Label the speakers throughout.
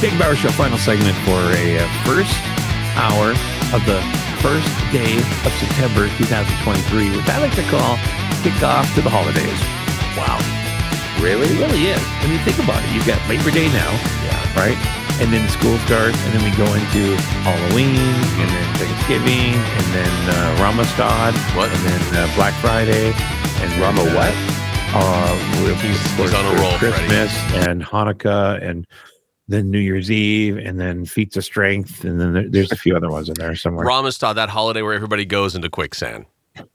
Speaker 1: Big Bauer Show final segment for a uh, first hour of the first day of September 2023, which I like to call kickoff to the holidays. Wow. Really? It really is. I mean, think about it. You've got Labor Day now,
Speaker 2: Yeah.
Speaker 1: right? And then school starts, and then we go into Halloween, and then Thanksgiving, and then uh, Ramastad,
Speaker 2: What?
Speaker 1: and then uh, Black Friday, and then,
Speaker 2: Rama
Speaker 1: uh,
Speaker 2: what?
Speaker 1: Uh, we-
Speaker 2: He's-
Speaker 1: of course,
Speaker 2: he's on a
Speaker 1: there's
Speaker 2: roll, Freddie.
Speaker 1: Christmas and Hanukkah, and then New Year's Eve, and then Feats of Strength, and then there, there's a few other ones in there somewhere.
Speaker 2: Ramastad, that holiday where everybody goes into quicksand.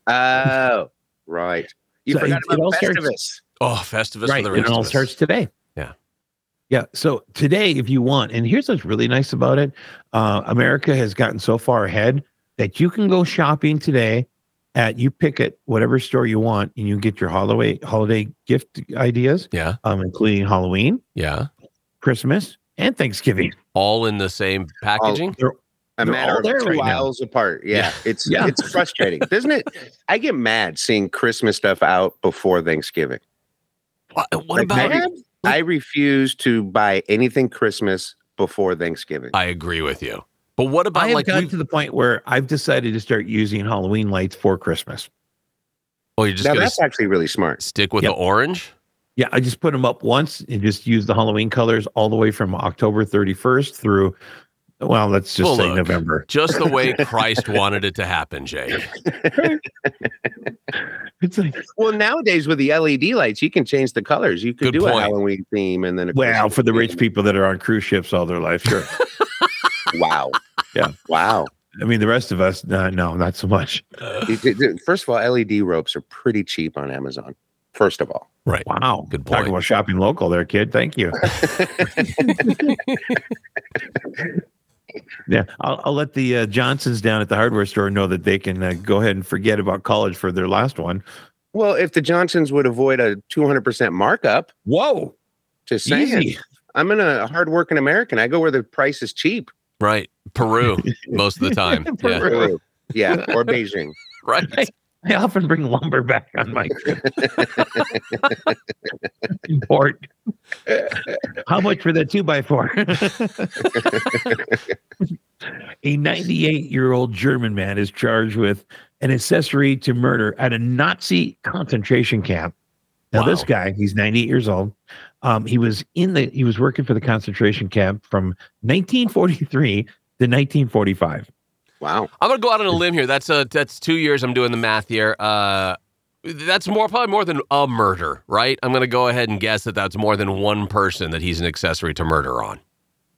Speaker 3: Oh, right. You
Speaker 1: So
Speaker 3: forgot
Speaker 1: it- it all
Speaker 3: about
Speaker 1: starts-
Speaker 3: Festivus.
Speaker 2: Oh, Festivus for
Speaker 1: right,
Speaker 2: the
Speaker 1: and
Speaker 2: rest
Speaker 1: it all
Speaker 2: of us.
Speaker 1: starts today.
Speaker 2: Yeah.
Speaker 1: yeah. So today, if you want, and here's what's really nice about it: uh, America has gotten so far ahead that you can go shopping today at you pick at whatever store you want, and you get your holiday holiday gift ideas,
Speaker 2: Yeah.
Speaker 1: um, including Halloween,
Speaker 2: Yeah.
Speaker 1: Christmas, and Thanksgiving.
Speaker 2: All in the same packaging.
Speaker 1: They're
Speaker 3: a
Speaker 1: They're all
Speaker 3: matter
Speaker 1: there
Speaker 3: of
Speaker 1: right now.
Speaker 3: miles apart. Yeah,
Speaker 2: Yeah.
Speaker 3: it's
Speaker 1: Yeah.
Speaker 3: it's frustrating, doesn't it? I get mad seeing Christmas stuff out before Thanksgiving.
Speaker 1: Oh.
Speaker 2: what what
Speaker 3: Like,
Speaker 2: about?
Speaker 3: mad? I refuse to buy anything Christmas before Thanksgiving.
Speaker 2: I agree with you. But
Speaker 1: I
Speaker 2: what about
Speaker 1: have
Speaker 2: like?
Speaker 1: gotten
Speaker 2: we-
Speaker 1: to the point where I've decided to start using Halloween lights for Christmas.
Speaker 2: oh, you're just
Speaker 3: now
Speaker 2: gonna
Speaker 3: that's actually really smart.
Speaker 2: stick with
Speaker 1: Yep.
Speaker 2: the orange.
Speaker 1: Yeah, I just put them up once and just use the Halloween colors all the way from October 31st through, well, let's just
Speaker 2: Well,
Speaker 1: say
Speaker 2: look.
Speaker 1: November.
Speaker 2: Just the way Christ wanted it to happen, Jay.
Speaker 1: It's like,
Speaker 3: Well, nowadays with the LED lights, you can change the colors. You could
Speaker 2: Good
Speaker 3: do a
Speaker 2: point.
Speaker 3: Halloween theme and then a
Speaker 1: well,
Speaker 3: Christmas
Speaker 1: for the rich
Speaker 3: theme.
Speaker 1: people that are on cruise ships all their life, sure.
Speaker 3: Wow.
Speaker 1: Yeah.
Speaker 3: Wow.
Speaker 1: I mean, the rest of us, uh, no, not so much.
Speaker 2: Uh,
Speaker 3: You could do- First of all, LED ropes are pretty cheap on Amazon. First of all,
Speaker 2: right.
Speaker 1: Wow.
Speaker 2: Good
Speaker 1: Talking
Speaker 2: point.
Speaker 1: about shopping local there, kid. Thank you. yeah, I'll, I'll let the uh, Johnsons down at the hardware store know that they can uh, go ahead and forget about college for their last one.
Speaker 3: well, if the Johnsons would avoid a 200% markup,
Speaker 1: Whoa.
Speaker 3: just saying.
Speaker 1: Easy.
Speaker 3: I'm in a hardworking American. I go where the price is cheap.
Speaker 2: Right. Peru most of the time. Yeah.
Speaker 1: Peru.
Speaker 3: Peru. Yeah, or Beijing.
Speaker 2: Right.
Speaker 1: I often bring lumber back on my trip. Import. How much for that two by four? a 98 year old German man is charged with an accessory to murder at a Nazi concentration camp. Now, this
Speaker 2: Wow.
Speaker 1: guy, he's 98 years old. Um, he was in the he was working for the concentration camp from 1943 to 1945.
Speaker 3: Wow.
Speaker 2: I'm gonna go out on a limb here. That's uh that's two years. I'm doing the math here. Uh, that's more probably more than a murder, right? I'm gonna go ahead and guess that that's more than one person that he's an accessory to murder on.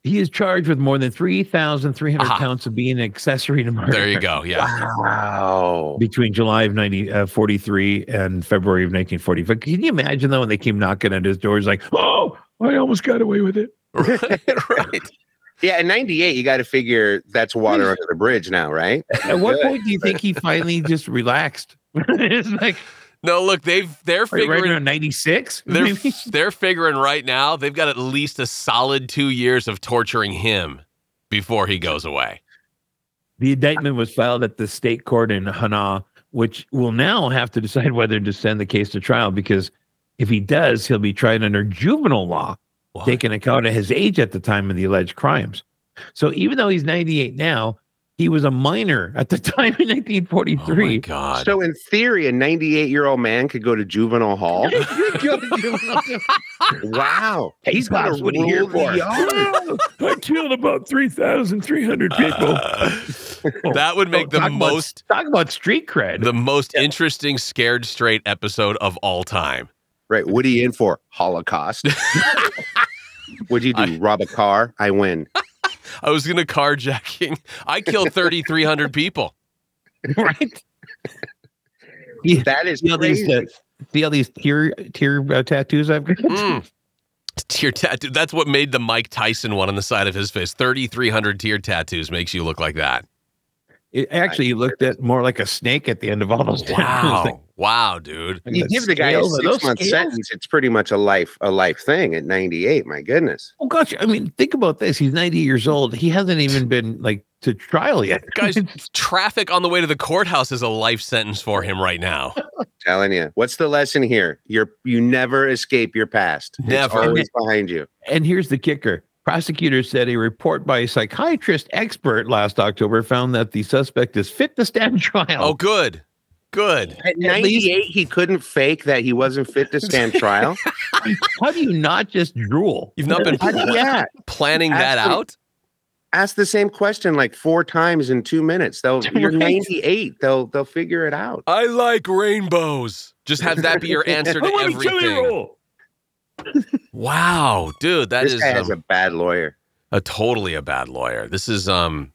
Speaker 1: He is charged with more than 3,300
Speaker 2: Aha.
Speaker 1: counts of being an accessory to murder.
Speaker 2: There you go. Yeah.
Speaker 3: Wow.
Speaker 1: Between July of 1943 and February of 1940. But can you imagine, though, when they came knocking at his doors, like, oh, I almost got away with it?
Speaker 2: right. right.
Speaker 3: Yeah, in 98, you got to figure that's water under the bridge now, right?
Speaker 1: At what point do you think he finally just relaxed? it's like,
Speaker 2: No, look, they've they're
Speaker 1: are you right
Speaker 2: figuring
Speaker 1: around 96?
Speaker 2: they're
Speaker 1: Maybe?
Speaker 2: they're figuring right now they've got at least a solid two years of torturing him before he goes away.
Speaker 1: The indictment was filed at the state court in Hana, which will now have to decide whether to send the case to trial because if he does, he'll be tried under juvenile law.
Speaker 2: What?
Speaker 1: taking account of his age at the time of the alleged crimes. So even though he's 98 now, he was a minor at the time in
Speaker 2: oh my
Speaker 1: 1943.
Speaker 2: god.
Speaker 3: So, in theory, a 98 year old man could go to juvenile
Speaker 1: Oh
Speaker 3: hall. wow.
Speaker 1: Hey, Pops, what are you here for? I killed about 3,300
Speaker 2: Uh, that would make the
Speaker 1: Oh, Talk about-
Speaker 2: most
Speaker 1: talk about street cred.
Speaker 2: the most interesting scared straight episode of all time.
Speaker 3: Right. What are you in for? Holocaust. What'd you do?
Speaker 2: I-
Speaker 3: Rob a car? I win.
Speaker 2: I was gonna carjacking. I killed thirty three hundred people.
Speaker 1: right? Yeah.
Speaker 3: That is
Speaker 1: See all these,
Speaker 3: crazy.
Speaker 1: uh, see all these tear tear uh, tattoos I've got.
Speaker 2: Mm. Tear tattoo. That's what made the Mike Tyson one on the side of his face. Thirty three hundred tear tattoos makes you look like that.
Speaker 1: It actually looked at more like a snake at the end of all those tattoos.
Speaker 2: Wow, wow, dude.
Speaker 3: You give the guy a
Speaker 1: Scales, are those
Speaker 3: six month
Speaker 1: scales?
Speaker 3: sentence, it's pretty much a life a life thing at 98. My goodness.
Speaker 1: Oh gosh, I mean, think about this. He's 90 years old. He hasn't even been like to trial yet.
Speaker 2: Guys, traffic on the way to the courthouse is a life sentence for him right now.
Speaker 3: Telling you. What's the lesson here? You're you never escape your past.
Speaker 2: Never.
Speaker 3: It's always behind you.
Speaker 1: and here's the kicker. Prosecutors said a report by a psychiatrist expert last October found that the suspect is fit to stand trial.
Speaker 2: Oh, good. Good.
Speaker 3: At
Speaker 1: At least-
Speaker 3: 98, he couldn't fake that he wasn't fit to stand trial.
Speaker 1: How do you not just drool?
Speaker 2: You've not been
Speaker 3: How do- yeah.
Speaker 2: planning that
Speaker 3: Absolutely.
Speaker 2: out?
Speaker 3: Ask the same question like four times in two minutes. They'll you're
Speaker 1: Right.
Speaker 3: 98. They'll they'll figure it out.
Speaker 2: I like rainbows. Just have that be your answer to everything. Wow, dude, that
Speaker 3: this
Speaker 2: is
Speaker 3: guy has
Speaker 2: um,
Speaker 3: a bad lawyer.
Speaker 2: a-, totally a bad lawyer. This is um,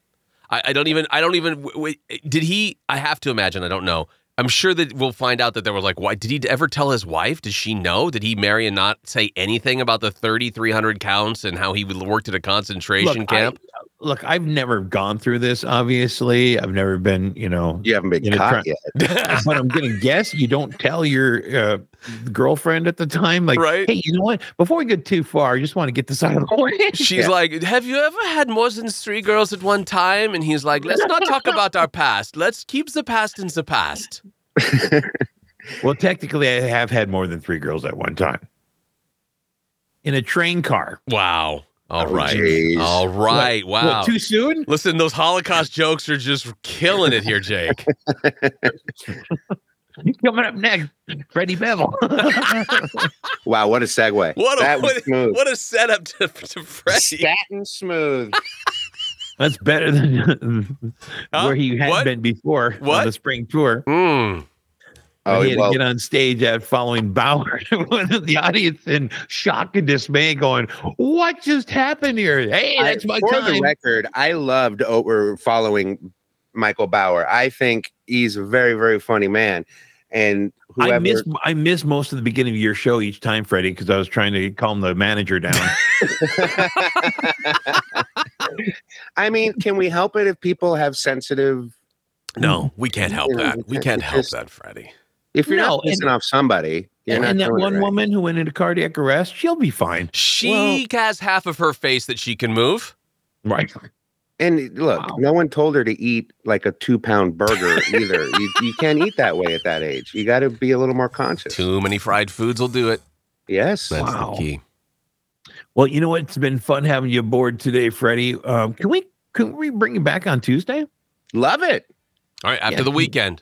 Speaker 2: I, I don't even I don't even w- wait. Did he? I have to imagine. I don't know. I'm sure that we'll find out that there was like, why did he ever tell his wife? Did she know? Did he marry and not say anything about the 3,300 counts and how he worked at a concentration
Speaker 1: Look, I-
Speaker 2: camp?
Speaker 1: Look, I've never gone through this, obviously. I've never been, you know,
Speaker 3: You haven't been
Speaker 1: You know,
Speaker 3: caught
Speaker 1: try-
Speaker 3: yet.
Speaker 1: but I'm going to guess you don't tell your uh, girlfriend at the time, like,
Speaker 2: Right.
Speaker 1: hey, you know what? Before we get too far, I just want to get this out of the way.
Speaker 2: She's like, Have you ever had more than three girls at one time? And he's like, Let's not talk about our past. Let's keep the past in the past.
Speaker 1: well, technically, I have had more than three girls at one time in a train car.
Speaker 2: Wow. All
Speaker 3: Oh,
Speaker 2: right.
Speaker 3: jeez.
Speaker 2: All right.
Speaker 1: What,
Speaker 2: Wow.
Speaker 1: too soon?
Speaker 2: Listen, those Holocaust jokes are just killing it here, Jake.
Speaker 1: Coming up next, Freddie Bevel.
Speaker 3: Wow, what a segue.
Speaker 2: What a-
Speaker 3: that was smooth.
Speaker 2: what a setup to, to Freddie.
Speaker 3: Satin smooth.
Speaker 1: That's better than
Speaker 2: Huh?
Speaker 1: where he had
Speaker 2: What?
Speaker 1: been before
Speaker 2: What?
Speaker 1: on the spring tour.
Speaker 2: Mm.
Speaker 1: Oh,
Speaker 3: Oh,
Speaker 1: he had
Speaker 3: well,
Speaker 1: to get on stage at following Bauer to the audience in shock and dismay, going, "What just happened here? Hey,
Speaker 3: I-
Speaker 1: that's my
Speaker 3: for
Speaker 1: time."
Speaker 3: the record, I loved oh, we're following Michael Bauer. I think he's a very, very funny man. And whoever
Speaker 1: I miss I miss most of the beginning of your show each time, Freddie, because I was trying to calm the manager down.
Speaker 3: I mean, can we help it if people have sensitive
Speaker 2: No, we can't help that. We can't help
Speaker 3: Mm. Just-
Speaker 2: that, Freddie.
Speaker 3: if you're
Speaker 1: No,
Speaker 3: not
Speaker 1: and-
Speaker 3: pissing off somebody, you're
Speaker 1: and
Speaker 3: not
Speaker 1: and that
Speaker 3: doing it
Speaker 1: one
Speaker 3: right.
Speaker 1: woman who went into cardiac arrest, she'll be fine,
Speaker 2: She has half of her face that she can move.
Speaker 1: right?
Speaker 3: And look,
Speaker 1: Wow.
Speaker 3: no one told her to eat like a two pound burger either. you, you can't eat that way at that age. You got to be a little more conscious.
Speaker 2: Too many fried foods will do it.
Speaker 3: Yes.
Speaker 2: That's
Speaker 1: Wow.
Speaker 2: the key.
Speaker 1: Well, you know what? It's been fun having you aboard today, Freddie. Um, can we can we bring you back on Tuesday?
Speaker 3: Love it.
Speaker 2: All right, after
Speaker 1: Yeah,
Speaker 2: the
Speaker 1: you-
Speaker 2: weekend.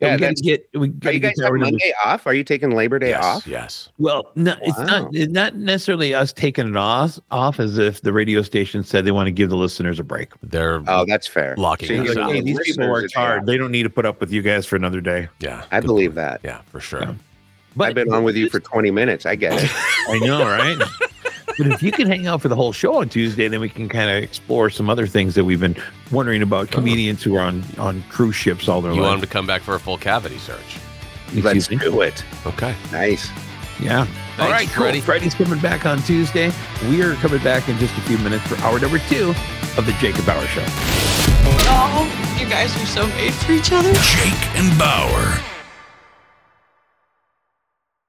Speaker 3: Yeah,
Speaker 1: we gotta
Speaker 3: that's-
Speaker 1: get we
Speaker 3: Are
Speaker 1: gotta
Speaker 3: you
Speaker 1: get
Speaker 3: guys
Speaker 1: to
Speaker 3: have
Speaker 1: our number-
Speaker 3: Monday off? Are you taking Labor Day
Speaker 2: yes,
Speaker 3: off?
Speaker 2: Yes.
Speaker 1: Well, no, it's
Speaker 3: Wow.
Speaker 1: not it's not necessarily us taking it off off as if the radio station said they want to give the listeners a break.
Speaker 2: They're
Speaker 3: Oh, that's fair.
Speaker 2: locking
Speaker 3: so you
Speaker 2: us
Speaker 1: Like,
Speaker 3: got
Speaker 2: out.
Speaker 1: hey,
Speaker 3: the
Speaker 1: these people
Speaker 3: listeners
Speaker 1: worked
Speaker 3: a day
Speaker 1: hard.
Speaker 3: off.
Speaker 1: They don't need to put up with you guys for another day.
Speaker 2: Yeah.
Speaker 3: I
Speaker 2: good
Speaker 3: believe
Speaker 2: point.
Speaker 3: that.
Speaker 2: Yeah, for sure.
Speaker 1: Yeah. But
Speaker 3: I've been on with you for 20 minutes. I get it.
Speaker 1: I know, right? but if you can hang out for the whole show on Tuesday, then we can kind of explore some other things that we've been wondering about comedians who are on on cruise ships all their
Speaker 2: You want him
Speaker 1: life.
Speaker 2: to come back for a full cavity search?
Speaker 3: Let's
Speaker 1: Excuse me.
Speaker 3: do it.
Speaker 2: Okay.
Speaker 3: Nice.
Speaker 1: Yeah.
Speaker 2: Thanks,
Speaker 1: All right, cool.
Speaker 2: Freddie.
Speaker 1: Freddie's coming back on Tuesday. We are coming back in just a few minutes for hour number two of the Jacob Bauer Show.
Speaker 4: Oh, you guys are so made for each other.
Speaker 5: Jake and Bauer.